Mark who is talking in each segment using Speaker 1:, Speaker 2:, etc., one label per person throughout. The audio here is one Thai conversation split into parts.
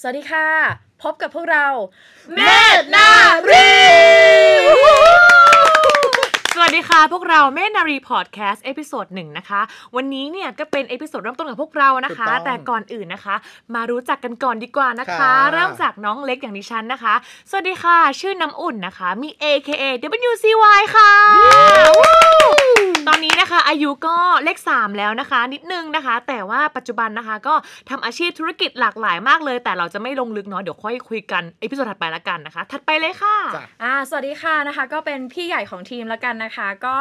Speaker 1: สวัสดีค่ะ พบกับพวกเรา
Speaker 2: แม่นารี สวัสดีค่ะพวกเราแม่นารีพอดแคสต์เอพิโซดหนึ่งนะคะ วันนี้เนี่ยก็เป็นเอพิโซดเริ่มต้นของพวกเรานะคะ
Speaker 3: ถูกต้อง
Speaker 2: แต่ก่อนอื่นนะคะ มารู้จักกันก่อนดีกว่านะคะ
Speaker 3: ค่ะ
Speaker 2: เริ่มจากน้องเล็กอย่างดิฉันนะคะ สวัสดีค่ะ ชื่อน้ำอุ่นนะคะ มี AKA WCY ค่ะ ตอนนี้นะคะ อายุก็เลข 3 แล้วนะคะ นิดนึงนะคะ แต่ว่าปัจจุบันนะคะก็ทำอาชีพธุรกิจหลากหลายมากเลย แต่เราจะไม่ลงลึกเนาะเดี๋ยวค่อยคุยกันเอพิโซดถัดไปละกันนะคะ ถัดไปเลยค่ะ
Speaker 3: จ้ะ
Speaker 1: อ่าสวัสดีค่ะนะคะ ก็เป็นพี่ใหญ่ของทีมแล้วกันนะคะ ก็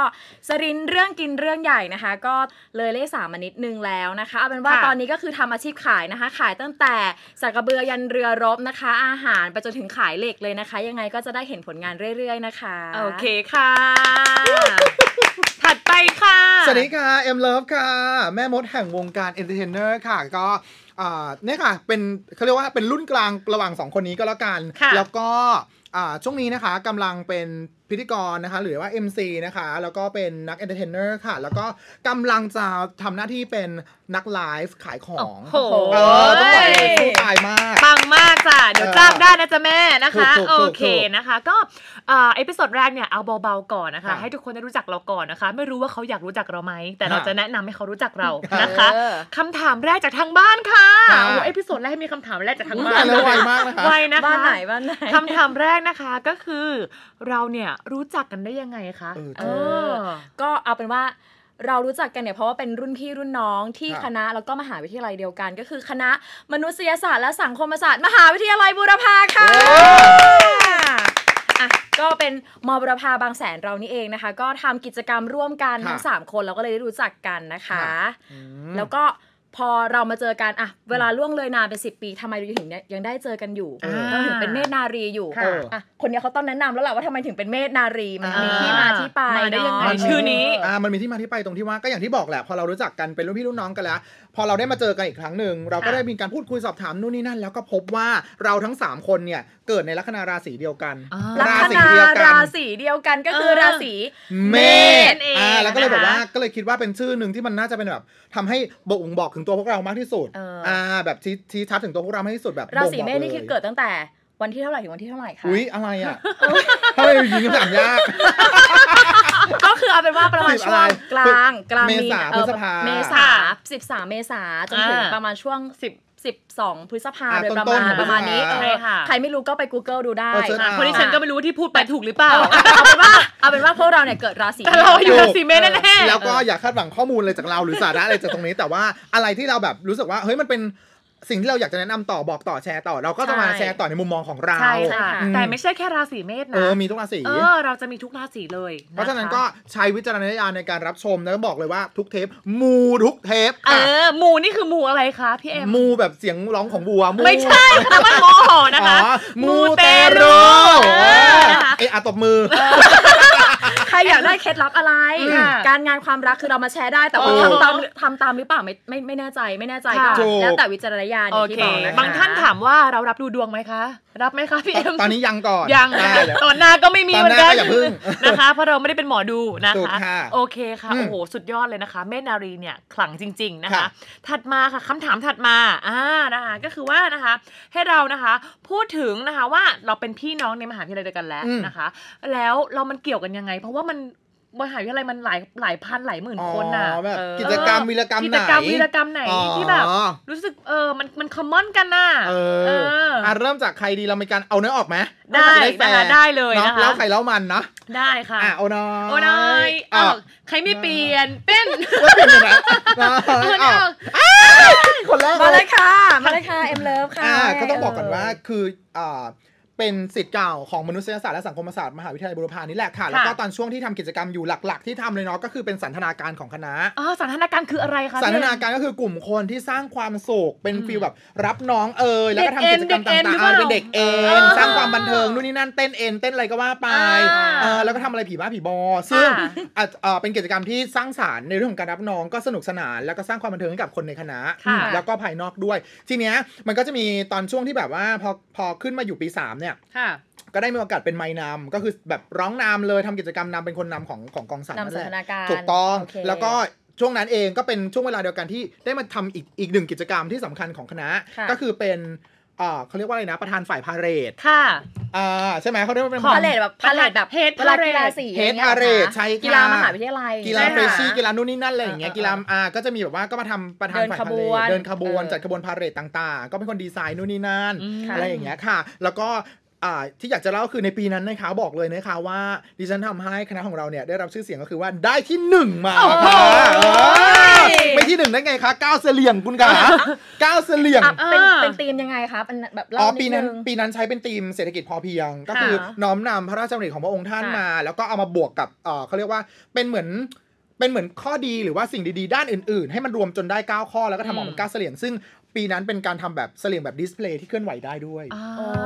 Speaker 1: สรินเรื่องกินเรื่องใหญ่นะคะ ก็เลยเลขสามมานิดนึงแล้วนะคะเอาเป็นว่า
Speaker 2: ค่ะ
Speaker 1: ตอนนี้ก็คือทำอาชีพขายนะคะ ขายตั้งแต่สักกระเบือยันเรือรบนะคะ อาหารไปจนถึงขายเหล็กเลยนะคะ ยังไงก็จะได้เห็นผลงานเรื่อย ๆ นะคะ
Speaker 2: โอเคค่ะ ถัดไปค่ะ
Speaker 3: สวัสดีค่ะ เอ็มเลิฟค่ะ แม่มดแห่งวงการเอนเตอร์เทนเนอร์ค่ะ ก็อ่าเนี่ยค่ะ เป็นเขาเรียกว่าเป็นรุ่นกลางระหว่าง 2 คนนี้ก็แล้วกัน
Speaker 2: ค่ะ
Speaker 3: แล้วก็อ่าช่วงนี้นะคะกำลังเป็นพิธีกรนะคะ หรือว่า MC นะคะ แล้วก็เป็นนักเอนเตอร์เทนเนอร์ค่ะ แล้วก็กำลังจะทำหน้าที่เป็นนักไลฟ์ขายของ
Speaker 2: โอ้โห
Speaker 3: เออต้องบอกเลยสู้ตายมาก
Speaker 2: ปังมากจ้ะเดี๋ยวจ้างได้นะจ๊ะแม่นะคะ
Speaker 3: ถูกๆๆ
Speaker 2: โอเคนะคะ ก็เอ่อเอพิโซดแรกเนี่ยเอาเบาๆก่อนนะคะ
Speaker 3: ค่ะ
Speaker 2: ให้ทุกคนได้รู้จักเราก่อนนะคะ ไม่รู้ว่าเขาอยากรู้จักเราไหมแต่เรา
Speaker 3: ค่ะ
Speaker 2: จะแนะนำให้เขารู้จักเรา
Speaker 3: ค่ะ
Speaker 2: นะคะ
Speaker 1: เออ
Speaker 2: คำถามแรกจากทางบ้านค่ะ
Speaker 3: ค่ะ
Speaker 2: โอ้เอพิโซดแรกมีคำถามแรกจากทาง
Speaker 3: อุ๊ย
Speaker 2: บ้า
Speaker 3: ตาน ยแล้วไวมากนะคะ
Speaker 2: ไวนะคะ
Speaker 1: บ้านไหนบ้านไหน
Speaker 2: คำถามแรกนะคะก็คือเราเนี่ยรู้จักกันได้ยังไงคะ
Speaker 3: เออ
Speaker 2: เอ
Speaker 3: ถูก
Speaker 2: อ
Speaker 1: ก็เอาเป็นว่าเรารู้จักกันเนี่ยเพราะว่าเป็นรุ่นพี่รุ่นน้องที่
Speaker 3: ครับ
Speaker 1: คณะแล้วก็มหาวิทยาลัยเดียวกัน ก็คือคณะมนุษยศาสตร์และสังคมศาสตร์มหาวิทยาลัยบูรพาค่ะ
Speaker 3: เย้
Speaker 1: อ่ะก็เป็นมบูรพาบางแสนเรานี่เองนะคะ ก็ทำกิจกรรมร่วมกัน
Speaker 3: ค่ะ
Speaker 1: ทั้งสามคนเราก็เลยได้รู้จักกันนะคะ
Speaker 3: ค่ะ อืม
Speaker 1: แล้วก็พอเรามาเจอกันอะเวลาล่วงเลยนานไปสิปีทำไมเราถึงเนี่ยยังได้เจอกันอยู่
Speaker 2: อ่า
Speaker 1: เราถึงเป็นเมธนารีอยู่
Speaker 2: ค่ะ
Speaker 1: เอออ่ะคนเนี้ยเขาต้องแนะนำแล้วแหละว่าทำไมถึงเป็นเมธนารีมัน
Speaker 3: อ่ามี
Speaker 1: มีที่มาที่ไป
Speaker 2: มาได้ยังไง
Speaker 1: เะ
Speaker 2: ชื่อนี้
Speaker 3: อ่ามันมีที่มาที่ไปตรงที่ว่าก็อย่างที่บอกแหละพอเรารู้จักกันเป็นรุ่นพี่รุ่นน้องกันแล้ว พอเราได้มาเจอกันอีกครั้งหนึ่งเราก็
Speaker 2: ค่ะ
Speaker 3: ได้มีการพูดคุยสอบถามนู่นนี่นั่น แล้วก็พบว่าเราทั้ง 3 คนเนี่ยเกิดในลัคนาราศีเดียวกัน
Speaker 2: อ๋อ
Speaker 1: ลั
Speaker 3: รา
Speaker 1: ค
Speaker 3: ศี
Speaker 1: นา
Speaker 3: เดียวกั
Speaker 1: ราน ศีเดียวกันก็คือ
Speaker 2: เออ
Speaker 1: ราศี
Speaker 3: เมษ
Speaker 2: นั่นเอง
Speaker 3: อ่าแล้วก็เลย
Speaker 2: นะคะ
Speaker 3: แบบว่าก็เลยคิดว่าเป็นชื่อหนึ่งที่มันน่าจะเป็นแบบทำให้บ่งบอกถึงตัวพวกเรามากที่สุด
Speaker 1: เออ
Speaker 3: อ่าแบบชี้ชี้ชัดถึงตัวพวกเรามากที่สุดแบบ
Speaker 1: ราศีเมษ
Speaker 3: บ่งบอกลย
Speaker 1: นี่คือเกิดตั้งแต่วันที่เท่าไหร่ถึงวันที่เท่าไหร่คะ
Speaker 3: อุ๊ยอะไรอ่ะทำไมอยู่ยิงคำถามยาก
Speaker 1: ก็คือเอาเป็นว่าประมาณ
Speaker 3: สิบ
Speaker 1: ช่วง
Speaker 3: อะไร
Speaker 1: กลางกลาง
Speaker 3: เมษา
Speaker 1: เอ่อ
Speaker 3: พฤษภา
Speaker 1: เมษาสิบสามเมษาจนถึง
Speaker 2: อ่า
Speaker 1: ประมาณช่วงสิบสิบสองพฤษภา
Speaker 3: อ่า
Speaker 1: โดยประ
Speaker 3: ต้
Speaker 1: มาน
Speaker 3: ๆข
Speaker 1: ณ
Speaker 3: อง
Speaker 1: ประมาณนี้
Speaker 3: พฤษภา
Speaker 1: เออ
Speaker 2: ใช่ค่ะ
Speaker 1: ใครไม่รู้ก็ไป Google ดูได้
Speaker 3: เออเสิร์ช
Speaker 2: คนที่ฉันก็ไม่รู้ว่าที่พูดไปถูกหรือเปล่า
Speaker 1: เอาเป็นว่าเอาเป็นว่าพวกเราเนี่ยเกิดราศี
Speaker 2: แต่เราอยู่ราศีเมษแน่ๆ
Speaker 3: แล้วก็อย่าคาดหวังข้อมูลเลยจากเราหรือสาระอะไรจากตรงนี้แต่ว่าอะไรที่เราแบบรู้สึกว่าเฮ้ยมันเป็นสิ่งที่เราอยากจะแนะนำต่อบอกต่อแชร์ต่อ เราก็จะมา
Speaker 2: ใช่
Speaker 3: แชร์ต่อในมุมมองของเรา
Speaker 2: ใช่ค่ะ
Speaker 3: อืม
Speaker 2: แต่ไม่ใช่แค่ราศีเมษ
Speaker 3: เอ
Speaker 2: นะ
Speaker 3: อมีทุกราศี
Speaker 2: เออ เราจะมีทุกราศีเลยค
Speaker 3: เพราะฉะนั้นก็ใช้วิจารณญาณในการรับชมแล้วก็บอกเลยว่าทุกเทปมูทุกเทป
Speaker 2: เอ
Speaker 3: ค่ะ
Speaker 2: อหมูนี่คือหมูอะไรคะพี่เอ็ม
Speaker 3: มูแบบเสียงร้องของวัวมู
Speaker 2: ไม่ใช่แต่มันโมโหนะ
Speaker 3: อ๋อ
Speaker 2: คะ
Speaker 3: มูเตรู
Speaker 2: เออนะคะ
Speaker 3: เอยอะตบมือ
Speaker 1: ใครอยากได้เคล็ดลับอะไร
Speaker 2: อืม
Speaker 1: การงานความรักคือเรามาแชร์ได้แต่ว่า
Speaker 3: เออ
Speaker 1: ทำตามทำตามหรือเปล่าไม่ไม่ไม่แน่ใจไม่แน่ใจก็
Speaker 2: ค่ะ
Speaker 3: ถูก
Speaker 1: แล้วแต่วิจารณญาณอ
Speaker 2: โอย่าง เค
Speaker 1: ที่บอกนะคะ
Speaker 2: บางท่านถามว่าเรารับดูดวงไหมคะ รับไหมคะพี่เอ็ม
Speaker 3: ตอนนี้ยังก่อน
Speaker 2: ยัง
Speaker 3: ได้เดี๋ยว
Speaker 2: ตอนหน้าก็ไม่มีเหมือนกั
Speaker 3: ตอนห
Speaker 2: น
Speaker 3: น้าก็อย่าพึ่ง
Speaker 2: นะคะ เพราะเราไม่ได้เป็นหมอดูนะ
Speaker 3: ถูก
Speaker 2: คะ
Speaker 3: ค่ะ
Speaker 2: โอเคค่ะ
Speaker 3: อืม
Speaker 2: โอ้โหสุดยอดเลยนะคะ เมธนารีเนี่ยขลังจริง ๆนะคะ
Speaker 3: ค่ะ
Speaker 2: ถัดมาค่ะคำถามถัดมาอ่านะคะก็คือว่านะคะ ให้เรานะคะ พูดถึงนะคะว่าเราเป็นพี่น้องในมหาวิทยาลัยเดียวกันแล้ว
Speaker 3: อืม
Speaker 2: นะคะ แล้วเรามันเกี่ยวกันยังไง เพราะว่ามันมหาวิทยาลัยมันหลายหลายพันหลายหมื่นคนน่ะ
Speaker 3: อ๋อแบบ
Speaker 1: เออ
Speaker 3: กิจกรรมวีรกรรม
Speaker 2: กิ
Speaker 3: ไหน
Speaker 2: จกรรมวีรกรรมไหน
Speaker 3: อ๋อ
Speaker 2: ที่แบบ รู้สึกเออมันมันคอมมอนกันน่ะ
Speaker 3: เอ
Speaker 2: เอ
Speaker 3: อ
Speaker 2: อ
Speaker 3: อ่ะเริ่มจากใครดีเรามีการเอาเนื้อออกไหม
Speaker 2: ได้
Speaker 3: จะแฟ
Speaker 2: นะ
Speaker 3: ร์
Speaker 2: คะได้เลยนะ
Speaker 3: เนาะ
Speaker 2: คะ
Speaker 3: เล่าใครเล่ามันเนาะ
Speaker 2: ได้ค่ะ
Speaker 3: อ่ะเอาน้อย
Speaker 2: โอ้นายอ
Speaker 3: อ่ะ
Speaker 2: อกใครไม่เปลี่ยนเป็น
Speaker 3: ว่าเปลี่ยนเลยนะ
Speaker 2: เอ
Speaker 3: น้อย
Speaker 2: อ
Speaker 3: อ
Speaker 2: อ
Speaker 3: อ
Speaker 2: อก ก
Speaker 3: คนแรก
Speaker 1: มาเลยค่ะ มาเลยค่ะ เอ็มเลิฟค่ะ
Speaker 3: อ่ะก็ต้องบอกก่อนว่าคืออ่าเป็นสิทธิ์เก่าของมนุษยศาสตร์และสังคมศาสตร์มหาวิทยาลัยบุรพานี่แหละค่ะ แล้วก็
Speaker 2: ค่ะ
Speaker 3: ตอนช่วงที่ทำกิจกรรมอยู่หลัก ๆ ที่ทำเลยเนาะก็คือเป็นสันทนาการของคณะ
Speaker 2: อ๋อสันทนาการคืออะไรคะ
Speaker 3: สันทนา
Speaker 2: พี่
Speaker 3: การก็คือกลุ่มคนที่สร้างความสุขเป็น
Speaker 2: อืม
Speaker 3: ฟีลแบบรับน้องเอ่ยแล้วก็ทำกิจกรรม
Speaker 2: เด็กเอ็
Speaker 3: ต่าง
Speaker 2: น
Speaker 3: ๆ
Speaker 2: เด็กเอ็นหรือเปล่า
Speaker 3: อ่าเป็นเด็กเอ็
Speaker 2: เอน อ
Speaker 3: สร้างความบันเทิงนู่นนี่นั่นเต้นเอ็นเต้นอะไรก็ว่าไป
Speaker 2: อ่า
Speaker 3: เออแล้วก็ทำอะไรผีบ้าผีบอ ซึ่ง
Speaker 2: ค่ะ
Speaker 3: อ่ะเอ่อเป็นกิจกรรมที่สร้างสารรค์ในเรื่องของการรับน้องก็สนุกสนานแล้วก็สร้างความบันเทิงให้กับคนในคณะ
Speaker 2: ค่ะ
Speaker 3: แล้วก็ภายนอกด้วย ทีเนี้ยมันก็จะมีตอนช่วงที่แบบว่าพอพอขึ้นมาอยู่ปีสามเนี่ย
Speaker 2: ค่ะ
Speaker 3: ก็ได้มีโอกาสเป็นไมค์นำก็คือแบบร้องนำเลยทำกิจกรรมนำเป็นคนนำของของกองสาร
Speaker 1: นำ
Speaker 3: แห
Speaker 1: สั
Speaker 3: ละ
Speaker 1: นทนาการ
Speaker 3: ถูกต้อง
Speaker 1: โเค
Speaker 3: แล้วก็ช่วงนั้นเองก็เป็นช่วงเวลาเดียวกันที่ได้มาทำอีกอีกหนึ่งกิจกรรมที่สำคัญของคณะ
Speaker 1: ค่ะ
Speaker 3: ก็คือเป็น อ่าเขาเรียกว่าอะไรนะ ประธานฝ่ายพาเหรด
Speaker 2: ค่ะ
Speaker 3: อ่าใช่ไหมเขาเรียกว่าเป็น
Speaker 2: ขอ
Speaker 1: พาเลทแบบพาเลทแบบ
Speaker 2: Head
Speaker 1: เวลา
Speaker 2: Parade
Speaker 1: กีฬาสี
Speaker 3: เฮด
Speaker 1: อย่
Speaker 3: พาง เร
Speaker 1: งี้ยห
Speaker 3: ด
Speaker 1: อคะ
Speaker 3: ใช่ค่ะ
Speaker 1: กีฬามหาวิทยาลัย
Speaker 3: กีฬา
Speaker 1: ใช่ไห
Speaker 3: เฟ
Speaker 1: ม
Speaker 3: ร
Speaker 1: คะ
Speaker 3: ชี่กีฬานู่นนี่นั่นอะไรอย่างเงี้ย
Speaker 1: เออ
Speaker 3: กีฬาอ่าก็จะมีแบบว่าก็มาทำประธาน
Speaker 1: เดิน
Speaker 3: ฝ่าย
Speaker 1: ข
Speaker 3: พา
Speaker 1: บ
Speaker 3: เล
Speaker 1: วน
Speaker 3: ทเดินขบวน
Speaker 1: เออ
Speaker 3: จัดขบวนพาเหรดต่างๆ ก็เป็นคนดีไซน์นู่นนี่นั่น
Speaker 2: อืม
Speaker 1: ค่ะ
Speaker 3: อะไรอย่างเงี้ยค่ะ แล้วก็อ่าที่อยากจะเล่าคือในปีนั้นนะคะบอกเลยนะคะว่าดิฉันทำให้คณะของเราเนี่ยได้รับชื่อเสียงก็คือว่าได้ที่หนึ่งมา
Speaker 2: โอ้โห
Speaker 3: ค่ะเออไม่ที่หนึ่งได้ไงคะก้าวเสลี่ยงคุณกาก้าวเสลี่ยง
Speaker 1: เป็น
Speaker 2: อ่า
Speaker 1: เป็นธีมยังไงคะเป็นแบบเล่า
Speaker 3: อ๋อ
Speaker 1: ด
Speaker 3: ปีนั้น
Speaker 1: ง
Speaker 3: ปีนั้นใช้เป็นธีมเศรษฐกิจพอเพียง ก็คือน้อมนำพระราชดำริของพระองค์ท่าน
Speaker 2: ค่ะ
Speaker 3: มา แล้วก็เอามาบวกกับเอ่อเขาเรียกว่าเป็นเหมือนเป็นเหมือนข้อดีหรือว่าสิ่งดีๆ ด้านอื่นๆ ให้มันรวมจนได้ 9 ข้อแล้วก็ทำออกเป็
Speaker 2: อืม
Speaker 3: น9เสลี่ยง ซึ่งปีนั้นเป็นการทำแบบเสลี่ยงแบบดิสเพลย์ที่เคลื่อนไหวได้ด้วย
Speaker 2: อ๋อ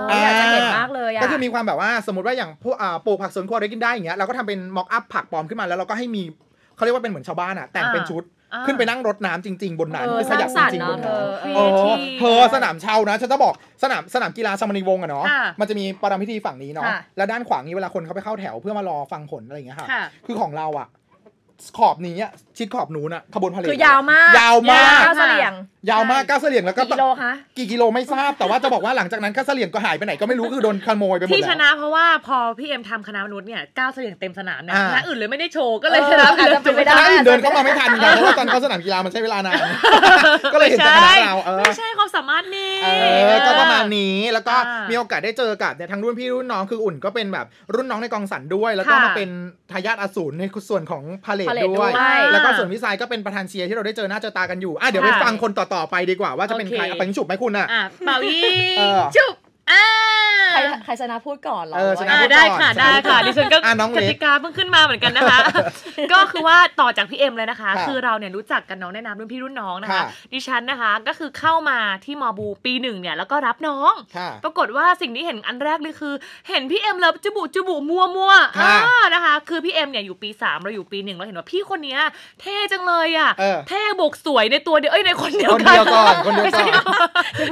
Speaker 1: โอ้ยอยากจะเห็นมากเลยอะ
Speaker 3: ก็คือมีความแบบว่าสมมติว่าอย่างพวกอ่าปลูกผักสวนครัวอะไรกินได้อย่างเงี้ยเราก็ทำเป็นม็อกอัพผักปลอมขึ้นมาแล้วเราก็ให้มีเขาเรียกว่าเป็นเหมือนชาวบ้านอะแต่งเป็นชุด
Speaker 2: อ่า
Speaker 3: ขึ้นไปนั่งรดน้ำจริง ๆ บนนั้น
Speaker 1: เออ
Speaker 3: คือขยับ
Speaker 1: สร้างสรรค์
Speaker 3: จริงๆบน
Speaker 1: เน
Speaker 3: น้ำ
Speaker 1: อะ
Speaker 3: โอ้
Speaker 2: Creative
Speaker 3: เธอสนามเชานะฉันจะบอกสนามสนามกีฬาชามณีวงศ์อะเนาะ
Speaker 2: ค่ะ
Speaker 3: มันจะมีประรำพิธีฝั่งนี้เนาะ
Speaker 2: ค่ะ
Speaker 3: แล้วด้านขวานี้เวลาคนเขาไปเข้าแถวเพื่อมารอฟังผลอะไรอย่างเงี้ยค่ะ
Speaker 2: ค่ะ
Speaker 3: คือของเราอะขอบนี้อะชิดขอบนู้นอะขบวนพาเหรด
Speaker 1: คือยาวมาก
Speaker 3: ยาวมาก
Speaker 1: เก้าเสลี่ยง
Speaker 3: ยาวมากก้าวเสลี่ยงแล้วก็
Speaker 1: กี่กิโลคะ
Speaker 3: กี่กิโลไม่ทราบแต่ว่าจะบอกว่าหลังจากนั้นก้าวเสลี่ยงก็หายไปไหนก็ไม่รู้คือโดนขโมยไปหมด
Speaker 2: ที่
Speaker 3: แล้
Speaker 2: ช
Speaker 3: ว
Speaker 2: นะเพราะว่าพอพี่เอ็มทำคณะมนุษย์เนี่ยก้าวเสลี่ยงเต็มสนามเนี่ย
Speaker 3: อ่า
Speaker 2: คณะอื่นเลยไม่ได้โชว์ก็เลยชนะ
Speaker 1: เอออาจจะเป็นไปได้
Speaker 3: ใช่เดินเข้ามาไม่ทันค่ะเพราะว่าตอนเขาสนามกีฬามันใช้เวลานาน ก็เลยเห็นแต่คณะเราเออ
Speaker 2: ไม่ใช่ความสามารถนี่
Speaker 3: เออก็ประมาณนี้แล้วก็
Speaker 2: อ่ามี
Speaker 3: มีโอกาสได้เจอกับเนี่ยทั้งรุ่นพี่รุ่นน้องคืออุ่นก็เป็นแบบรุ่นน้องในกองสันด้วย แล้วก็
Speaker 2: ค่ะ
Speaker 3: มาเป็นทายาทอสูรในส่วนของพาเลต
Speaker 1: Palette
Speaker 3: ด้วย
Speaker 1: ด้วย
Speaker 3: แล้วก็ส่วนวิสัยก็เป็นประธานเชียร์ที่เราได้เจอหน้าเจอตากันอยู่อ่ะเดี๋ยวไป
Speaker 2: ค่ะ
Speaker 3: ฟังคนต่อๆไปดีกว่าว่าจะเป็นใคร
Speaker 2: โอเค
Speaker 3: เอาไปยิงฉุบไหมคุณอ่ะ
Speaker 2: อ่ะเป่ายิง
Speaker 3: เออ
Speaker 2: จุบอ่า
Speaker 1: ใครใครชนะพูดก่อนเหรอ
Speaker 3: เออชนะ
Speaker 2: อ่ะ
Speaker 1: ว่า
Speaker 2: ได้ค่ะได้ค่ะ
Speaker 3: อ่ะ
Speaker 2: ดิฉันก็
Speaker 3: อ่ะน้อง
Speaker 2: ก
Speaker 3: เล็ก
Speaker 2: ติกาเพิ่งขึ้นมาเหมือนกันนะคะ ก็คือว่าต่อจากพี่เอ็มเลยนะคะ
Speaker 3: ค่ะ
Speaker 2: คือเราเนี่ยรู้จักกันน้องแนะนำรุ่นพี่รุ่นน้องนะคะ
Speaker 3: ค่ะ
Speaker 2: ดิฉันนะคะก็คือเข้ามาที่มอบูปีหนึ่งเนี่ยแล้วก็รับน้อง
Speaker 3: ค่ะ
Speaker 2: ปรากฏว่าสิ่งที่เห็นอันแรกเลยคือ เห็นพี่เอ็มแล้วจมูกจมูกมัวมัวๆอ่า
Speaker 3: ค่ะ
Speaker 2: นะคะ คือพี่เอ็มเนี่ยอยู่ปี3เราอยู่ปีหนึ่งเราเห็นว่าพี่คนเนี้ยเท่จังเลยอ่ะ
Speaker 3: เออ
Speaker 2: เท่บวกสวยในตัวเดียวเอ้ยในคนเดียว
Speaker 3: คน
Speaker 2: กั
Speaker 3: เดี
Speaker 2: น
Speaker 3: ยวก่อนคนเดียว
Speaker 2: ไม่
Speaker 3: ก่
Speaker 2: ใช่
Speaker 3: อน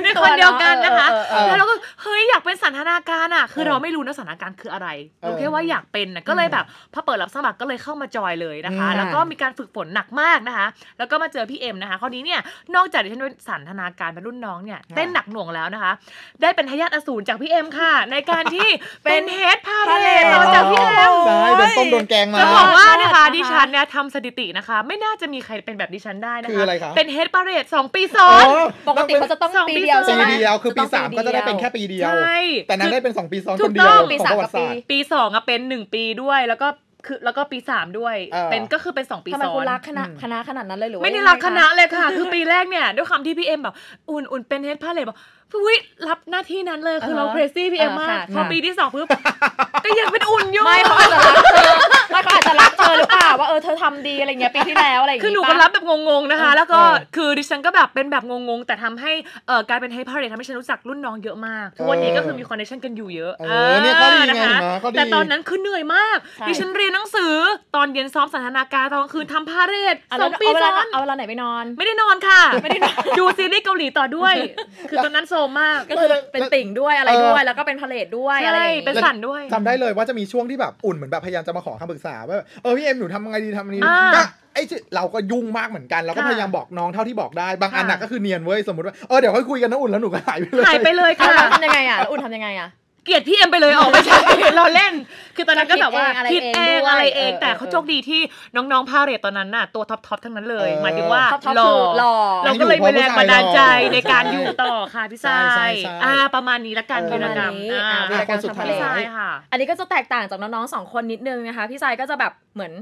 Speaker 2: ในคนเดียวกันนะคะ
Speaker 1: เออเออเออ
Speaker 2: แล้วเราก็เฮ้ยอยากเป็นสันทนาการอ่ะ คือ
Speaker 3: เออ
Speaker 2: เราไม่รู้นะสันทนาการคืออะไร
Speaker 3: เออ
Speaker 2: รู้แค่ว่าอยากเป็นนะก็เลยแบบพอเปิดรับสมัครก็เลยเข้ามาจอยเลยนะคะ
Speaker 3: อืม
Speaker 2: แล้วก็มีการฝึกฝนหนักมากนะคะ แล้วก็มาเจอพี่เอ็มนะคะคราวนี้เนี่ยนอกจากที่ฉันเป็นสันทนาการเป็นรุ่นน้องเนี่ยเต้นหนักหน่วงแล้วนะคะ ได้เป็นทายาทอสูรจากพี่เอ็มค่ะ ในการที่ เป็นเฮดพา
Speaker 1: พา
Speaker 2: เล
Speaker 1: เล
Speaker 2: ต
Speaker 1: ท
Speaker 2: ต่อจากพี่เอ็ม
Speaker 3: ใช่โดนต้มโดนแกงมา
Speaker 2: จะบอกว่านะ
Speaker 1: นะคะคะ
Speaker 2: ดิฉันเนี่ยทำสถิตินะคะ ไม่น่าจะมีใครเป็นแบบดิฉันได้นะคะ
Speaker 3: คืออะไรคะ
Speaker 2: เป็นเฮดพาเลตสองปีซ้อน
Speaker 3: โอ้
Speaker 1: ปกติเขาจะต้องปีเดียว
Speaker 3: ปี
Speaker 1: ใช่ไหม
Speaker 3: เดียวคือ
Speaker 1: จะ
Speaker 3: ปี
Speaker 1: ต้ง
Speaker 3: สามก็จะได้เป็นแค่ปีเดียว
Speaker 2: ใช่
Speaker 3: แต่นั้นได้เป็นสองปีซ้อน
Speaker 2: ถู
Speaker 3: ค
Speaker 2: ก
Speaker 3: นเดีย
Speaker 2: ต้
Speaker 3: ว
Speaker 2: อง
Speaker 1: ปี
Speaker 3: ของ
Speaker 1: สา
Speaker 3: ป
Speaker 1: ม
Speaker 3: ระวั
Speaker 1: กับ
Speaker 3: ติศา
Speaker 1: ปี
Speaker 3: สตร์
Speaker 2: ปีสองอะเป็นหนึ่งปีด้วยแล้วก็คือแล้วก็ปีสามด้วย
Speaker 3: เออ
Speaker 2: เป็นก็คือเป็นสองปี
Speaker 1: ทำไม
Speaker 2: ซ้อ
Speaker 1: คุณ
Speaker 2: น
Speaker 1: รักคณะ
Speaker 3: อืม
Speaker 1: คณะขนาดนั้นเลยหรือว่า
Speaker 2: ไม่ได้
Speaker 1: ยังง
Speaker 2: รับคณะเลยค่ะ คือปีแรกเนี่ยด้วยคำที่พี่เอ็มแบบอุ่นอุ่นเป็นเฮดพาเลทบอกอุ้ยรับหน้าที่นั้นเลยคือเราเครซี่พี่เอ็มมากพอปีที่สองปุ๊บ ก็ยังเป็นอุ่นอยู่
Speaker 1: ไม่เขาอาจจะรักเธอไม่เขาอาจจะรักเธอหรือเปล่าว่าเออเธอทำดีอะไรเงี้ยปีที่แล้วอะไรอย่าง
Speaker 2: คือ
Speaker 1: งี้
Speaker 2: หนู
Speaker 1: ปะ
Speaker 2: ก็รับแบบงงๆนะคะ แล้วก็
Speaker 3: เออ
Speaker 2: คือดิฉันก็แบบเป็นแบบงงๆ แต่ทำให้เอ่อการเป็นไฮพาเรตทำให้ฉันรู้จักรุ่นน้องเยอะมากทุกวันนี้ก็คือมีคอนเนคชั่นกันอยู่เยอะ
Speaker 3: เออเนี่ยข้อดีไง
Speaker 2: นะคะ
Speaker 3: เห็นไหมข้อดี
Speaker 2: แต่ตอนนั้นคือเหนื่อยมาก
Speaker 1: ใช่
Speaker 2: ดิฉันเรียนหนังสือตอนเย็นซ้อมสันทนาการตอนกลางคืนทำพาเรต
Speaker 1: เอา
Speaker 2: ส
Speaker 1: แล้
Speaker 2: อ
Speaker 1: ว
Speaker 2: งปี
Speaker 1: เอาเว
Speaker 2: ซ้
Speaker 1: ลา
Speaker 2: อน
Speaker 1: เอาเวลาไหนไปนอน
Speaker 2: ไม่ได้นอนค่ะ ไม่ได้นอนดูซีรีส์เกาหลีต่อด้วย คือตอนนั้นโซมมาก
Speaker 1: ก็คือเป็นติ่งด้วยอะไรด้วยแล้วก็เป็นพาเลทด้วยอะไร
Speaker 2: ใช่
Speaker 1: อย่างงี้
Speaker 2: เป็นสันด้วย
Speaker 3: จำได้เลยว่าจะมีช่วงที่แบบอุ่นเหมือนแบบพยายามจะมาขอคำปรึกษาว่าแบบเออพี่เอ็มหนูทำยังไงดีทำยังไงดี
Speaker 2: อ่า
Speaker 3: ก็ไอ้ที่เราก็ยุ่งมากเหมือนกัน เราก็
Speaker 2: ค่ะ
Speaker 3: พยายามบอกน้องเท่าที่บอกได้บางอันน่ะ
Speaker 2: ค่ะ
Speaker 3: ก็คือเนียนเว้ยสมมติว่าเออเดี๋ยวค่อยคุยกันนะอุ่นแล้วหนูก็หายไปเลย
Speaker 2: หายไปเลย
Speaker 1: ค่ะแล้
Speaker 2: ค่ะ
Speaker 1: วทำยังไงอ่ะแล้วอุ่นทำยังไงอ่ะ
Speaker 2: เกลียดพี่เอ็มไปเลยออกไม่ใช่ เราเล่น คือตอนนั้นก็แบบว่า
Speaker 1: ก็คิ
Speaker 2: คิด
Speaker 1: ด
Speaker 2: เอ
Speaker 1: เอง ง
Speaker 2: อะ
Speaker 1: อะไร ไร
Speaker 2: เอ
Speaker 1: เอง งด้วย
Speaker 2: แต่
Speaker 1: เออ
Speaker 2: เขาโชคดีที่น้องๆพาเรตตอนนั้นน่ะ ตัวท็อปๆทั้งนั้นเลย
Speaker 3: เออ
Speaker 2: หมายถึงว่า
Speaker 1: ท็อปท็อป
Speaker 2: ห
Speaker 1: คือห
Speaker 2: ล่อ
Speaker 1: ล่อ
Speaker 2: เราก็เลยเป็นแรงบันดาลใจในการ
Speaker 3: ใช่
Speaker 2: อยู่ต่อค่ะพี่
Speaker 3: ใช่
Speaker 2: สา
Speaker 3: ใช่
Speaker 2: ย
Speaker 3: ใช่
Speaker 2: อ่าประมาณนี้ละกัน
Speaker 1: เออ
Speaker 2: วีรกรรม
Speaker 1: ประมาณนี้
Speaker 2: อ่า
Speaker 1: อ่า
Speaker 3: อ่ะคนสุดท้าย
Speaker 2: พี่สายค่ะ
Speaker 1: อันนี้ก็จะแตกต่างจากน้องๆสองคนนิดนึงนะคะ พี่สายก็จะแบบเหมือน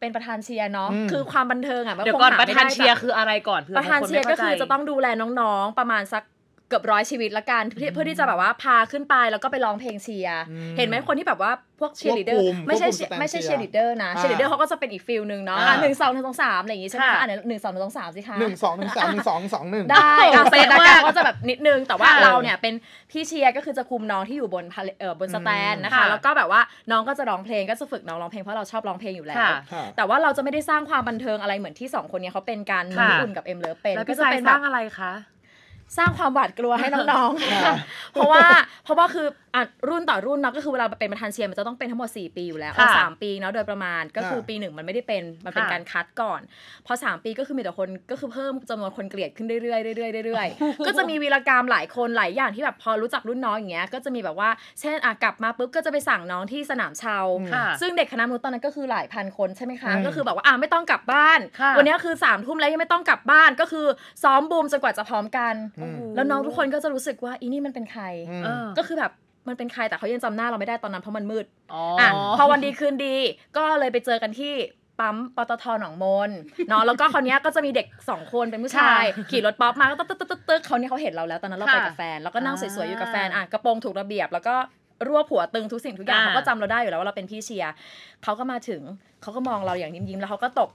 Speaker 1: เป็นประธานเชียร์เนาะ
Speaker 3: อืม
Speaker 1: คือความบันเทิงอ่ะมั
Speaker 2: เดี๋ย
Speaker 1: คว ง
Speaker 2: ก่อน
Speaker 1: ห
Speaker 2: ป
Speaker 1: ไม่
Speaker 2: ระธาน
Speaker 1: ได้
Speaker 2: เชียร์
Speaker 1: แบบ
Speaker 2: คืออะไรก่อนเผื่อ
Speaker 1: ประธานเชียร์
Speaker 2: บงค
Speaker 1: ก็
Speaker 2: ไม่ข้า
Speaker 1: คือจะต้องดูแลน้องๆประมาณสักเกือบร้อยชีวิตละกันเพื่อเพื่อที่จะแบบว่าพาขึ้นไปแล้วก็ไปร้องเพลงเชียร์
Speaker 3: อืม
Speaker 1: เห็นไหมคนที่แบบว่าพวกเชียร์ลีเดอ
Speaker 3: ควบ
Speaker 1: ร์
Speaker 3: คุม
Speaker 1: ไม่ใช่
Speaker 3: ควบคุม
Speaker 1: เชียร์
Speaker 3: stand
Speaker 1: ไม่ใช่
Speaker 3: cheer
Speaker 1: เชียร์ลีเดอร์นะเชียร์ลีเดอร์เขาก็จะเป็นอีกฟิลหนึ่งเนาะอ่ะ
Speaker 3: อ่า
Speaker 1: หนึ่งสองหนึ่งสองสามอะไรอย่างงี้ใช่ไหมคะอันไหนหนึ่งสองหนึ่งสองสามสิคะ
Speaker 3: หนึ่งสองหนึ่งสามหนึ่งสองสองหนึ่ง
Speaker 1: ได้
Speaker 2: โอ้โห
Speaker 1: อ่ะ
Speaker 2: เป๊ะมาม
Speaker 1: เป๊ะาก กก็จะแบบนิดนึง แต่ว่า
Speaker 2: ค่ะ
Speaker 1: เราเนี่ยเป็นพี่เชียร์ก็คือจะคุมน้องที่อยู่บนพาเลเอ่อบนสแตนนะคะ
Speaker 2: ค่ะ
Speaker 1: แล้วก็แบบว่าน้องก็จะร้องเพลงก็จะฝึกน้องร้องเพลงเพราะเราชอบร้องเพลงอยู่แล้ว
Speaker 2: ค่ะ
Speaker 3: ค่ะ
Speaker 1: แต่ว่าเราจะไม่ได้สร้างความบันเทิงอะไรเหมือนที่สองคนเนี้ยเขาเป็นการ
Speaker 2: ค่ะ
Speaker 1: อุ่นกับเอ็มเลิฟเป็น
Speaker 2: แล้ว
Speaker 1: ก็
Speaker 2: พี่
Speaker 1: จะ
Speaker 2: สาย
Speaker 1: เป็น
Speaker 2: ส
Speaker 1: แบ
Speaker 2: ร้า
Speaker 1: บ
Speaker 2: งอะไรคะ
Speaker 1: สร้างความหวาดกลัวให้น้องๆ
Speaker 3: ค่ะ
Speaker 1: ค่ะเพราะว่าเพราะว่าคืออ่ะรุ่นต่อรุ่นเนาะก็คือเวลาเป็นประธานเชียร์มันจะต้องเป็นทั้งหมด 4 ปีอยู่แล้วเอา
Speaker 2: ค่ะ
Speaker 1: สามปีเนาะโดยประมาณก็คือ
Speaker 3: ค่ะ
Speaker 1: ปีหนึ่งมันไม่ได้เป็นมันเป็น
Speaker 2: ค่ะ
Speaker 1: การคัดก่อน พอ 3 ปีก็คือมีแต่คนก็คือเพิ่มจำนวนคนเกลียดขึ้นเรื่อยๆเรื่อยๆเรื่อยๆก็จะมีวีรกรรมหลายคนหลายอย่างที่แบบพอรู้จักรุ่นน้องอย่างเงี้ยก็จะมีแบบว่าเช่นอ่ะกลับมาปุ๊บก็จะไปสั่งน้องที่สนามเชา
Speaker 2: ค่ะ
Speaker 1: ซึ่งเด็กคณะมนุษย์ตอนนั้นก็คือหลายพันคนใช่ไหมคะ
Speaker 3: อืม
Speaker 1: ก็คือแบบว่าอ่ะไม่ต้องกลับบ้าน
Speaker 2: ค่ะ
Speaker 1: วันนี้คือสามทุ่มแล้วยังไม่ต้องกลับบ้านก็คือซ้อมบูมจนกว่าจะพร้อมกัน
Speaker 3: อืม
Speaker 1: แล้วน้องทุกคนก็จะรู้สึกว่าอีนี่มันเป็นใคร
Speaker 3: อืม
Speaker 2: เออ
Speaker 1: ก็คือแบบมันเป็นใครแต่เขายังจำหน้าเราไม่ได้ตอนนั้นเพราะมันมืด
Speaker 2: อ๋ออ
Speaker 1: อ่ะพอวันดีคืนดีก็เลยไปเจอกันที่ปั๊มปตทหนองมนเนาะแล้วก็คราวเนี้ยก็จะมีเด็กสอง คนเป็นผู้ชาย
Speaker 2: ค่ะ
Speaker 1: ขี่รถป๊อปมาก็ตึ๊กตึ๊กตึ๊กตึ๊กเขาวเนี้ยเขาเห็นเราแล้วตอนนั้นเราไป
Speaker 2: ค่ะ
Speaker 1: กับแฟนแล้วก็นั่งสวยๆอยู่กับแฟน
Speaker 2: อ่า
Speaker 1: อ่ะกระโปรงถูกระเบียบ แล้วก็รวบหัวตึงทุกสิ่งทุกอย่างเขาก็จำเราได้อยู่แล้วว่าเราเป็นพี่เชียร์เขาก็มาถึงเขาก็มองเราอย่างยิ้มๆแล้วเขาก็ตบ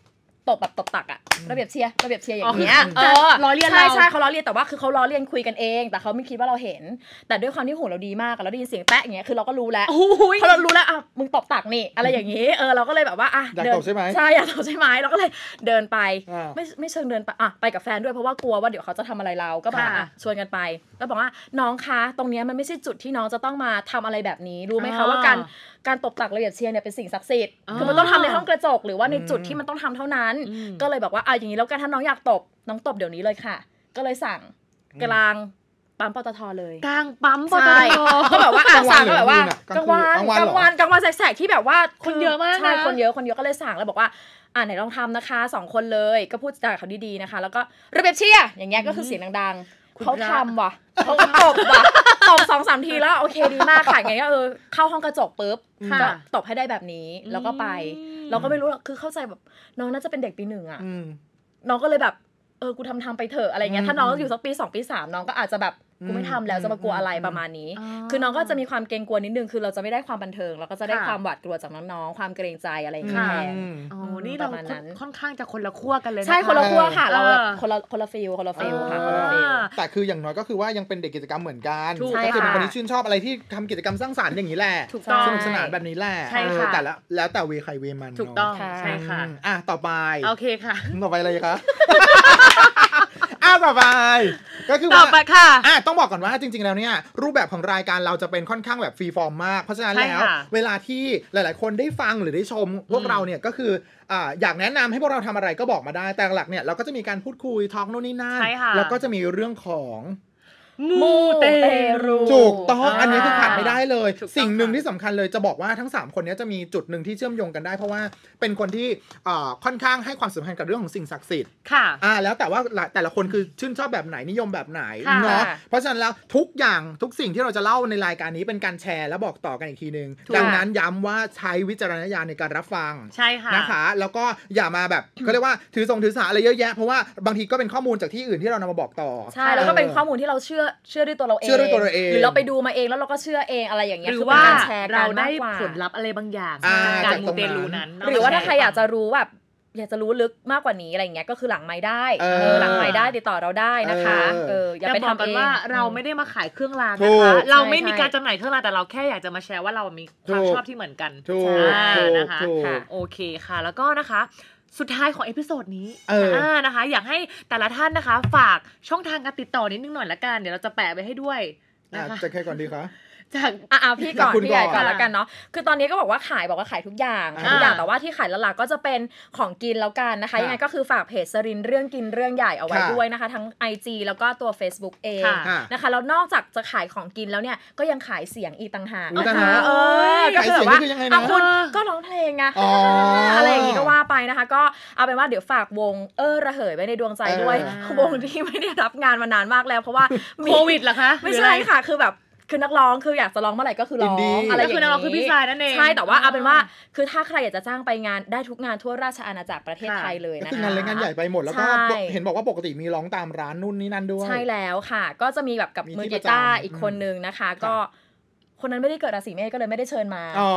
Speaker 1: ตบแบบตบตักอะระเบียบเชียร์ระเบียบเชียร์อย่างเงี้ย
Speaker 2: อ๋อ
Speaker 1: เออ
Speaker 2: ล้อเลียน
Speaker 1: ใช่
Speaker 2: เรา
Speaker 1: ใช่เขาล้อเลียนแต่ว่าคือเขาล้อเลียนคุยกันเอง แต่เขาไม่คิดว่าเราเห็น แต่ด้วยความที่หูเราดีมากอะเราได้ยินเสียงแตะอย่างเงี้ยคือเราก็รู้แล้ว
Speaker 2: โอ้ย
Speaker 1: พอเรารู้แล้วอ่ะมึงตบตักนี่อะไรอย่างงี้เออเราก็เลยแบบว่าอ่ะ
Speaker 3: อยาก
Speaker 1: เดิน
Speaker 3: ตบใช่ไหม
Speaker 1: ใช่อยากตบใช่ไหมเราก็เลยเดินไป
Speaker 3: อ่า
Speaker 1: ไม่ไม่เชิงเดินไปอ่ะไปกับแฟนด้วยเพราะว่ากลัวว่าเดี๋ยวเขาจะทำอะไรเราก็แบบ
Speaker 2: ค่ะ
Speaker 1: อ่ะชวนกันไป แล้วบอกว่าน้องคะตรงเนี้ยมันไม่ใช่จุดที่น้องจะต้องมาทำอะไรแบบนี้รู้ไหม
Speaker 2: อ๋
Speaker 1: คะ
Speaker 2: อ
Speaker 1: ว่าการการตบตักระเบียบเชียร์เนี่ยเป็นสิ่งศักดิ์สิทธิ์
Speaker 2: อ๋อ
Speaker 1: คือมันต้องทำในห้องกระจกหรือว่าในจุด
Speaker 3: อืม
Speaker 1: ที่มันต้องทำเท่านั้น
Speaker 2: อืม
Speaker 1: ก็เลยบอกว่าอ่ะอย่างนี้แล้วกันถ้าน้องอยากตบน้องตบเดี๋ยวนี้เลยค่ะ ก็เลยสั่งกลางปั๊มปตทเลย
Speaker 2: กลางปั๊มปต
Speaker 1: ใช่
Speaker 2: ท
Speaker 1: ก็แบบว่าอ่ะสั่งก็แบบว่าก ก
Speaker 3: ลา
Speaker 1: ลาง ง
Speaker 3: วั
Speaker 1: วันนลา
Speaker 3: เหรอก กลางวันเหรอ
Speaker 1: งวันกลางวันแสกๆที่แบบว่า
Speaker 2: คนเยอะมากนะ
Speaker 1: ใช่คนเยอะคนเยอะก็เลยสั่งแล้วบอกว่าอ่ะไหนลองทำนะคะสองคนเลยก็พูดจากับเขาดีๆนะคะ แล้วก็ระเบียบเชียร์อย่างเงี้ยก็คือเสียงดังๆเขาทำว่ะเขาก็ตบว่ะตบสองสามทีแล้วโอเคดีมากค่ะไงก็เออเข้าห้องกระจกปุ๊บ
Speaker 2: ค่ะ
Speaker 1: ก็ตบให้ได้แบบนี้แล้วก็ไป
Speaker 2: อืม
Speaker 1: เราก็ไม่รู้หรอกคือเข้าใจแบบน้องน่าจะเป็นเด็กปีหนึ่งอะ
Speaker 3: อืม
Speaker 1: น้องก็เลยแบบเออกูทำทำไปเถอะอะไรเงี้ย
Speaker 3: อืม
Speaker 1: ถ้าน้องอยู่สักปีสองปีสามน้องก็อาจจะแบบกูไม่ทำแล้วจะมากลัวอะไร
Speaker 3: อืม
Speaker 1: ประมาณนี้ คือน้องก็จะมีความเกรงกลัวนิดนึงคือเราจะไม่ได้ความบันเทิงเราก็จะได้
Speaker 2: ค่ะ
Speaker 1: ความหวาดกลัวจากน้องๆความเกรงใจอะไรอย่าง
Speaker 3: อื
Speaker 1: เงี้ย
Speaker 2: ค่ะ
Speaker 1: แทน
Speaker 3: ม
Speaker 2: อ๋อนี่เรา
Speaker 1: ประมาณนั้น
Speaker 2: ค่อนข้างจะคนละขั้วกันเลยะ
Speaker 1: ใช่คนละขั้วค่ะ เราแบบ
Speaker 2: เออ
Speaker 1: คนละคนละฟิลคนละฟิลค่ะ
Speaker 3: เออ
Speaker 1: คนละฟิล
Speaker 3: แต่คืออย่างน้อยก็คือว่ายังเป็นเด็กกิจกรรมเหมือนกัน
Speaker 2: ถูก
Speaker 3: ก็คือเป็น
Speaker 1: ค่ะ
Speaker 3: คนที่ชื่นชอบอะไรที่ทำกิจกรรมสร้างสรรค์อย่างนี้แหละ
Speaker 2: ถูกต้อง
Speaker 3: สนุกสนานแบบนี้แหละ
Speaker 2: ใช่ค่ะ
Speaker 3: เออแต่ละแล้วแต่เวใครเวมัน
Speaker 2: ถูกต้อง
Speaker 1: ค่ะ
Speaker 2: ใช่ค่ะ
Speaker 3: อืมอ่ะต่อไป
Speaker 2: โอเคค่ะ
Speaker 3: ต่อไปอะไรคะ อ้าวต่อไป ก็คือ
Speaker 2: ต่อ
Speaker 3: ว่า
Speaker 2: ไปค่ะ
Speaker 3: อ่ะต้องบอกก่อนว่าจริงๆ แล้วเนี่ย รูปแบบของรายการเราจะเป็นค่อนข้างแบบฟรีฟอร์มมาก เพราะฉะนั้น
Speaker 2: ใช่
Speaker 3: แล้ว
Speaker 2: ค่ะ
Speaker 3: เวลาที่หลายๆ คนได้ฟังหรือได้ชมพวกเราเนี่ยก็คืออ่าอยากแนะนำให้พวกเราทำอะไรก็บอกมาได้ แต่หลักเนี่ยเราก็จะมีการพูดคุยทอล์กโน่นนี่นั่น
Speaker 2: ใช่ค่ะ
Speaker 3: แล้วก็จะมีเรื่องของ
Speaker 1: มูเตรู
Speaker 3: ถูกต้อง
Speaker 1: อ่า
Speaker 3: อันนี้คือขาดไม่ได้เลย
Speaker 2: ถูกต้อง
Speaker 3: สิ่งหนึ่ง
Speaker 2: ค่ะ
Speaker 3: ที่สำคัญเลยจะบอกว่าทั้ง 3 คนเนี้ยจะมีจุดหนึ่งที่เชื่อมโยงกันได้ เพราะว่าเป็นคนที่อ่าค่อนข้างให้ความสำคัญกับเรื่องของสิ่งศักดิ์สิทธิ์
Speaker 2: ค่ะ
Speaker 3: อ่าแล้วแต่ว่าละแต่ละคนคือชื่นชอบแบบไหนนิยมแบบไหน
Speaker 2: ค่ะ
Speaker 3: เนาะเพราะฉะนั้นแล้วทุกอย่างทุกสิ่งที่เราจะเล่าในรายการนี้เป็นการแชร์และบอกต่อกันอีกทีหนึ่ง
Speaker 2: ถูก
Speaker 3: ดังนั้นย้ำว่าใช้วิจารณญาณในการรับฟัง
Speaker 2: ใช่ค่ะ
Speaker 3: นะคะแล้วก็อย่ามาแบบ เขาเรียกว่าถือทรงถือสาอะไรเยอะแยะเพราะว่าบางทีก็เป็นข้อมูลจากที่อื่นที่เรานำมาบอกต่อ
Speaker 1: ใช่แล้วก็เป็นข้อมูลที่เราเชื่อเชื่อด้วยตัวเราเอง
Speaker 3: เชื่อด้วยตัวเราเอง
Speaker 1: หรือเราไปดูมาเองแล้วเราก็เชื่อเองอะไรอย่างเงี้ย
Speaker 2: หรือ
Speaker 1: คืเป็
Speaker 2: ว่าน
Speaker 1: กแชร์กั
Speaker 2: เรา
Speaker 1: น
Speaker 2: ได้
Speaker 1: มกกว่
Speaker 2: ผลลัพธ์อะไรบางอย่าง
Speaker 3: อ่า
Speaker 2: จากการ
Speaker 3: จา
Speaker 2: มู
Speaker 3: กตรงนั้น
Speaker 2: เตลูนั้น
Speaker 1: หรือว่าถ้าใครอยากจะรู้แบบอยากจะรู้ลึกมากกว่านี้อะไรอย่างเงี้ยก็คือหลังไม้ได้
Speaker 3: เออ
Speaker 1: เออหลังไม้ได้ติดต่อเราได้นะคะ
Speaker 3: เออ
Speaker 1: เอออย่า
Speaker 2: จะ
Speaker 1: ไป
Speaker 2: บอก
Speaker 1: ทำ
Speaker 2: กัน
Speaker 1: เอง
Speaker 2: ว่าเราไม่ได้มาขายเครื่องราง
Speaker 3: ถู
Speaker 2: นะ
Speaker 3: ก
Speaker 2: คะ เราไม่
Speaker 1: ใช่
Speaker 2: มีการจำหน่ายเครื่องรางแต่เราแค่อยากจะมาแชร์ว่าเรามีความ
Speaker 3: ถูก
Speaker 2: ชอบที่เหมือนกัน
Speaker 3: ถูก
Speaker 2: อ่า
Speaker 3: ถูก
Speaker 2: นะคะ
Speaker 3: ถูก
Speaker 1: ค่ะ
Speaker 2: โอเคค่ะ แล้วก็นะคะ สุดท้ายของเอพิโซดนี้
Speaker 3: เอออ่
Speaker 2: านะคะ อยากให้แต่ละท่านนะคะ ฝากช่องทางการติดต่อนิดนึงหน่อยละกัน เดี๋ยวเราจะแปะไว้ให้ด้วยนะ
Speaker 3: ะ
Speaker 2: คะ
Speaker 3: จะแค่ก่อนดีคะ
Speaker 2: จาก
Speaker 1: อ่ะอ่ะพี่ก่อน
Speaker 3: คุณ
Speaker 1: พี่ใหญ่
Speaker 3: ก่
Speaker 1: ก่
Speaker 3: อ
Speaker 1: อน นละกันเนาะคือตอนนี้ก็บอกว่าขายบอกว่าขายทุกอย่าง
Speaker 3: อ่า
Speaker 1: ขายทุกอย่างแต่ว่าที่ขายหลักๆก็จะเป็นของกินแล้วกันนะคะ
Speaker 3: ค่ะ
Speaker 1: ยังไงก็คือฝากเพจสรินเรื่องกินเรื่องใหญ่เอาไว้
Speaker 3: ค่ะ
Speaker 1: ด้วยนะคะ ทั้ง IG แล้วก็ตัว Facebook เอง
Speaker 2: ค่ะ
Speaker 3: ค่ะ
Speaker 1: นะคะแล้วนอกจากจะขายของกินแล้วเนี่ยก็ยังขายเสียงอีกต่างหาก
Speaker 3: อุ๊ยต่างหาก
Speaker 1: เออก็
Speaker 3: ขาย
Speaker 1: คือแบบว่า
Speaker 3: เสียงนี่คือยังไงนะ
Speaker 1: เอาคุณก็ร้องเพลงไง
Speaker 3: อ๋ออ
Speaker 1: อะไรอย่างงี้ก็ว่าไปนะคะ ก็เอาเป็นว่าเดี๋ยวฝากวงเออระเหยไว้ในดวงใจด้วย
Speaker 2: เออ
Speaker 1: วงที่ไม่ได้รับงานมานานมากแล้วเพราะว่ามี
Speaker 2: โควิดเหรอคะ
Speaker 1: ไม่
Speaker 2: หรืออะ
Speaker 1: ใช่
Speaker 2: ร
Speaker 1: ค่ะ คือแบบ คือนักร้อง คืออยากจะร้องเมื่อไหร่ก็คือร้อง
Speaker 3: Indie
Speaker 1: อะไรอย่าง
Speaker 2: ก็คือนักร้องคือพี่สายนั่นเอง
Speaker 1: ใช่ แต่ว่า
Speaker 2: อ่า
Speaker 1: เอาเป็นว่า คือถ้าใครอยากจะจ้างไปงานได้ทุกงานทั่วราชอาณาจักรประเทศไทยเลย
Speaker 3: ก็
Speaker 1: นะ
Speaker 3: คือ
Speaker 1: คะ
Speaker 3: งานเล็กงานใหญ่ไปหมดแล้วก็
Speaker 1: ใช่
Speaker 3: ปกเห็นบอกว่าปกติมีร้องตามร้านนู่นนี่นั่นด้วย
Speaker 1: ใช่แล้วค่ะ ก็จะมีแบบกับ
Speaker 3: มี
Speaker 1: มือ
Speaker 3: ที่
Speaker 1: กีตาร์
Speaker 3: ประจำ
Speaker 1: อีกคนนึงนะคะ ก็ คนนั้นไม่ได้เกิดราศีเมษก็เลยไม่ได้เชิญมา
Speaker 3: อ๋อ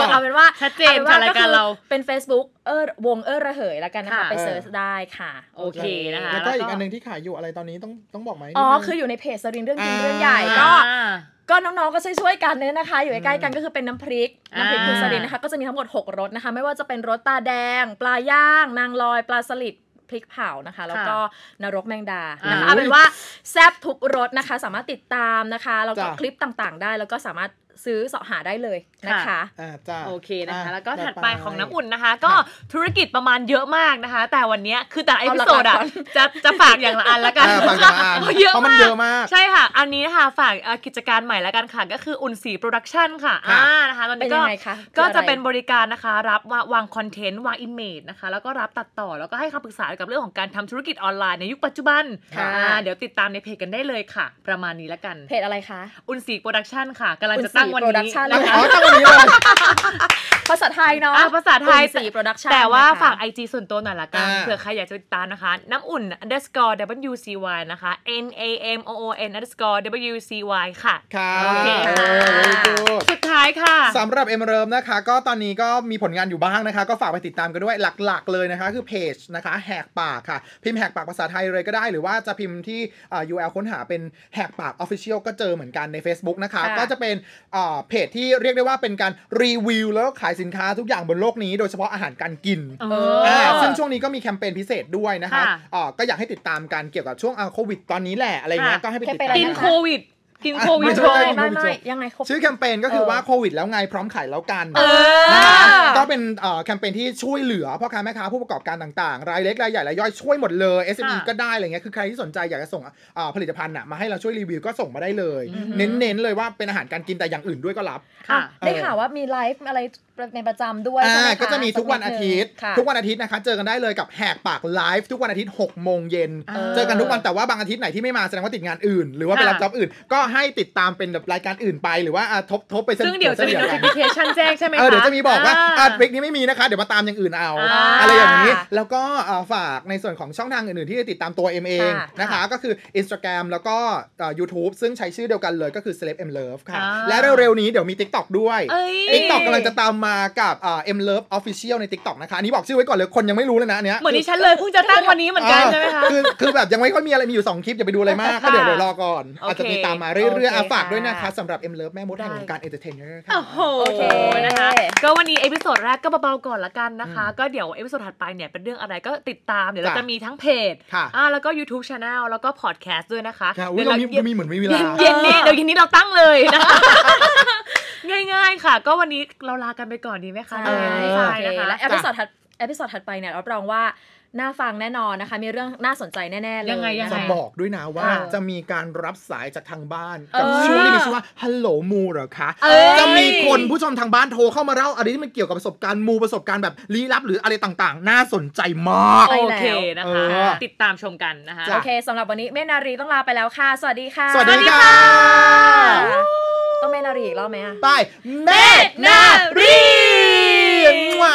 Speaker 1: นะคะเอาเป็นว่า
Speaker 2: ชัดเจนค่ะ
Speaker 1: อป็ว่
Speaker 2: รายการเรา
Speaker 1: ก็คือเป็น Facebook เออวงเออระเหยแล้วกันนะคะ
Speaker 2: ค่ะ
Speaker 1: ไปเซิร์ชได้ค่ะ
Speaker 2: โอเคนะคะ
Speaker 3: แล้วก็อีกอันหนึ่งที่ขายอยู่อะไรตอนนี้ต้องต้องบอกไหม
Speaker 1: อ๋อ
Speaker 3: นิดนึง
Speaker 1: คืออยู่ในเพจสรินเรื่องจริง
Speaker 3: อ่า
Speaker 1: เรื่องใหญ่ก็
Speaker 2: อ่า
Speaker 1: ก็น้องๆ ก็ช่วยๆ กันเนี่ยนะคะ อยู่ใกล้ๆ กันก็คือเป็นน้ำพริก
Speaker 2: อ่า
Speaker 1: น้ำพริกคุณสลินนะคะ ก็จะมีทั้งหมด 6รสนะคะ ไม่ว่าจะเป็นรสตาแดง ปลาย่าง นางลอย ปลาสลิด พริกเผานะคะ แล้วก็นรกแมงดา
Speaker 2: อ่า
Speaker 1: นะคะเอาเป็นว่าแซบทุกรสนะคะ สามารถติดตามนะคะแล้วก็
Speaker 3: จ้ะ
Speaker 1: คลิปต่างๆ ได้แล้วก็สามารถซื้อเสาะหาได้เลยนะคะ
Speaker 3: อ่าจ้า
Speaker 2: โอเคนะคะ แล้วก็ถัดไปของน้ำอุ่นนะคะ ก็
Speaker 3: ค่ะ
Speaker 2: ธุรกิจประมาณเยอะมากนะคะ แต่วันเนี้ยคือแต่ละเอพิโซด
Speaker 1: เอาละ
Speaker 2: อะ
Speaker 1: ก่อน
Speaker 2: จะจะฝากอย่างละอันละกัน
Speaker 3: อ่าฝากอย่างละอัน
Speaker 2: พราเยอะ
Speaker 3: เพราะมัน
Speaker 2: มาก
Speaker 3: เยอะมาก
Speaker 2: ใช่ค่ะ อันนี้นะคะฝากเอ่อกิจการใหม่แล้วกันค่ะ ก็คืออุ่นสีโปรดักชันค่ะ
Speaker 3: ค่ะ
Speaker 2: อ่านะคะตอน
Speaker 1: เป็นยั
Speaker 2: นี้
Speaker 1: ง
Speaker 2: ก็
Speaker 1: ไงคะ
Speaker 2: ก็จะ
Speaker 1: คืออไร
Speaker 2: เป็นบริการนะคะ รับว่าวางคอนเทนต์ วางอิมเมจนะคะ แล้วก็รับตัดต่อแล้วก็ให้คำปรึกษาเกี่ยวกับเรื่องของการทำธุรกิจออนไลน์ในยุคปัจจุบัน
Speaker 1: ค่ะ
Speaker 2: อ่าเดี๋ยวติดตามในเพจกันได้เลยค่ะ ประมาณนี้ละกัน
Speaker 1: เพจอะไรคะ
Speaker 2: อุนสีโปรดักชันค่ะกำลังจะตั้งวัน
Speaker 1: อุ่นศรี
Speaker 2: นี้
Speaker 1: Production
Speaker 3: อ๋อตั้งวันนี้เลย
Speaker 1: ภาษาไทยเนาะ
Speaker 2: อ่ะภาษาไทย
Speaker 1: สีโปรดักชั่น
Speaker 2: แต่ว่าฝากไอจส่วนตัวหน่อยละกัน
Speaker 3: อ่า
Speaker 2: เผื่อใครอยากจะติดตามนะคะ น้ำอุ่น underscore wcy นะคะ n a m o o n underscore wcy ค่ะ
Speaker 3: ค่ะ
Speaker 2: โอเค
Speaker 3: เอ
Speaker 2: ค่ะ
Speaker 3: อ very good
Speaker 2: สุดท้ายค่ะ
Speaker 3: สำหรับเอ็มเริมนะคะ ก็ตอนนี้ก็มีผลงานอยู่บ้างนะคะ ก็ฝากไปติดตามกันด้วยหลักๆ เลยนะคะ คือเพจนะคะแหกปากค่ะ พิมพ์แหกปากภาษาไทยเลยก็ได้ หรือว่าจะพิมพ์ที่อ่า URL ค้นหาเป็นแหกปาก Official ก็เจอเหมือนกันใน Facebook นะคะ
Speaker 1: ค่ะ
Speaker 3: ก็จะเป็นอ่าเพจที่เรียกได้ว่าเป็นการรีวิวแล้วก็ขายสินค้าทุกอย่างบนโลกนี้ โดยเฉพาะอาหารการกิน
Speaker 1: เออ
Speaker 3: อ่าซึ่งช่วงนี้ก็มีแคมเปญพิเศษด้วยนะคะ
Speaker 2: ค่ะ
Speaker 3: อ่าก็อยากให้ติดตามกันเกี่ยวกับช่วงอ่าโควิดตอนนี้แหละอะไรเงี้ย ก็ให้ไปติดตาม
Speaker 1: ไป
Speaker 2: กิน
Speaker 1: นะะ
Speaker 2: โควิด กินโควิด
Speaker 1: ไม่
Speaker 2: โช
Speaker 1: ใช่
Speaker 2: ว์
Speaker 1: ไม่ไม่ยังไงครบ
Speaker 3: ชื่อแคมเปญก็คือ
Speaker 1: เออ
Speaker 3: ว่าโควิดแล้วไงพร้อมขายแล้วกัน
Speaker 2: เออ
Speaker 3: นะคะก็เป็นเอ่อแคมเปญที่ช่วยเหลือพ่อค้าแม่ค้าผู้ประกอบการต่างๆ รายเล็กรายใหญ่รายย่อยช่วยหมดเลย SME
Speaker 2: ค่ะ
Speaker 3: ก็ได้อะไรเงี้ยคือใครที่สนใจอยากจะส่งเอ่อผลิตภัณฑ์น่ะมาให้เราช่วยรีวิวก็ส่งมาได้เลย
Speaker 1: อือฮึ
Speaker 3: เน้นๆเลยว่าเป็นอาหารการกินแต่อย่างอื่นด้วยก็รับ
Speaker 2: ค่ะ
Speaker 1: อ่ะได้ข่าวว่ามีไลฟ์อะไรในประจำด้วยใช่ไหม
Speaker 3: อ่า
Speaker 1: ค
Speaker 3: ก็จะมีทุกวันอาทิตย์
Speaker 1: ค่ะ
Speaker 3: ทุกวันอาทิตย์นะคะ เจอกันได้เลยกับแหกปากไลฟ์ทุกวันอาทิตย์6โมงเย็น
Speaker 1: เออ
Speaker 3: เจอกันทุกวันแต่ว่าบางอาทิตย์ไหนที่ไม่มาแสดงว่าติดงานอื่น หรือว่าไปรับ
Speaker 2: ค่ะ
Speaker 3: จอบอื่น ก็ให้ติดตามเป็นแบบรายการอื่นไปหรือว่าอ่ะทบทบไปส้น
Speaker 2: ซึ่งเดี๋ยวจะมี
Speaker 3: ส้นดีกัน
Speaker 2: notification แจ้งใช่ไหมคะ
Speaker 3: เออเดี๋ยวจะมีบอกว่าอ่ะเบรกนี้ไม่มีนะคะ เดี๋ยวมาตามอย่างอื่นเอา
Speaker 2: อ่า
Speaker 3: อะไรอย่างนี้ แล้วก็เอ่อฝากในส่วนของช่องทางอื่นๆ ที่จะติดตามตัวเอ็มเอง
Speaker 1: ค่ะ
Speaker 3: นะคะ
Speaker 1: ค่ะ
Speaker 3: ก็คือ Instagram แล้วก็เอ่อ YouTube ซึ่งใช้ชื่อเดียวกันเลยก็คือ Celeb M Love ค่ะ
Speaker 2: อ่า
Speaker 3: และเร็วๆนี้เดี๋ยวมี TikTok ด้วย
Speaker 2: เอ้ย
Speaker 3: TikTok กำลังจะตามมากับเอ็มเลิฟออฟฟิเชียลใน TikTok นะคะ อันนี้บอกชื่อไว้ก่อนเลยคนยังไม่รู้เลยนะอันเนี้ย
Speaker 2: เหมือนดิฉันเลยเพิ่งจะตั้งวันนี้เหมือนกันใช่ไหมคะ
Speaker 3: คือคือแบบยังไม่ค่อยมีอะไรมีอยู่ 2 คลิป อย่าไปดูอะไรมากก็เดี๋ยวเดี๋ยวรอก่อน
Speaker 2: โอเค
Speaker 3: อาจจะมีตามมาเรื่อยๆอ่ะ
Speaker 1: โอเค
Speaker 3: ฝากด้วย
Speaker 1: ค่ะ
Speaker 3: นะคะสำหรับเอ็มเลิฟแม่มดแห่งวงการเอนเตอร์เทนเนอร์ค่ะ
Speaker 2: โอ้โห
Speaker 1: โอเค
Speaker 2: นะคะ ก็วันนี้เอพิโซดแรกก็เบาๆก่อนละกันนะคะ ก็เดี๋ยวเอพิโซดถัดไปเนี่ยเป็นเรื่องอะไรก็ติดตาม เดี๋ยวเรา
Speaker 3: จ้ะ
Speaker 2: จะมีทั้งเพจ
Speaker 3: ค่ะ
Speaker 2: อ่าแล้วก็ YouTube Channel แล้วก็ Podcast ด้วยนะคะ
Speaker 3: ค่ะอุ๊ย
Speaker 2: เดี๋ยว
Speaker 3: เรา
Speaker 2: เรา
Speaker 3: มี
Speaker 2: เย็น
Speaker 3: มีเหมือนไม่มีเวลา
Speaker 2: เย็นนี้เดี๋ยวเย็นนี้เราตั้งเลยนะคะ ง่ายๆค่ะ ก็วันนี้เราลากันไปก่อนดีไหมคะ
Speaker 1: ใช่
Speaker 3: เออ
Speaker 2: ใช่
Speaker 1: ใช่
Speaker 2: นะคะ
Speaker 1: และเอพิโซดถัดเอพิโซดถัดไปเนี่ยรับรองว่าน่าฟังแน่นอนนะคะ มีเรื่องน่าสนใจแน่ ๆ เลย
Speaker 2: ยังไงยัง
Speaker 1: นะ
Speaker 2: ไง
Speaker 3: จะ
Speaker 1: คะ
Speaker 3: บอกด้วยนะว่า
Speaker 2: อ่า
Speaker 3: จะมีการรับสายจากทางบ้านกับ
Speaker 2: เออ
Speaker 3: ช่วงที่มีชื่อว่า Hello มูเหรอคะ
Speaker 2: เอ้ย
Speaker 3: จะมีคนผู้ชมทางบ้านโทรเข้ามาเล่าอะไรที่มันเกี่ยวกับประสบการณ์มูประสบการณ์แบบลี้ลับหรืออะไรต่างๆ น่าสนใจมาก
Speaker 1: ไป
Speaker 2: โอ
Speaker 1: แล้ว
Speaker 2: เคนะคะ
Speaker 3: เออ
Speaker 2: ติดตามชมกันนะคะ
Speaker 1: โอ
Speaker 3: จ้ะ
Speaker 1: เคสำหรับวันนี้เมนารีต้องลาไปแล้วค่ะ สวัสดีค่ะ
Speaker 3: สวัสดีค่ะ
Speaker 1: ต้องเมนารีอีกรอบไหมอะ
Speaker 3: ไปแม่นารีมั่ว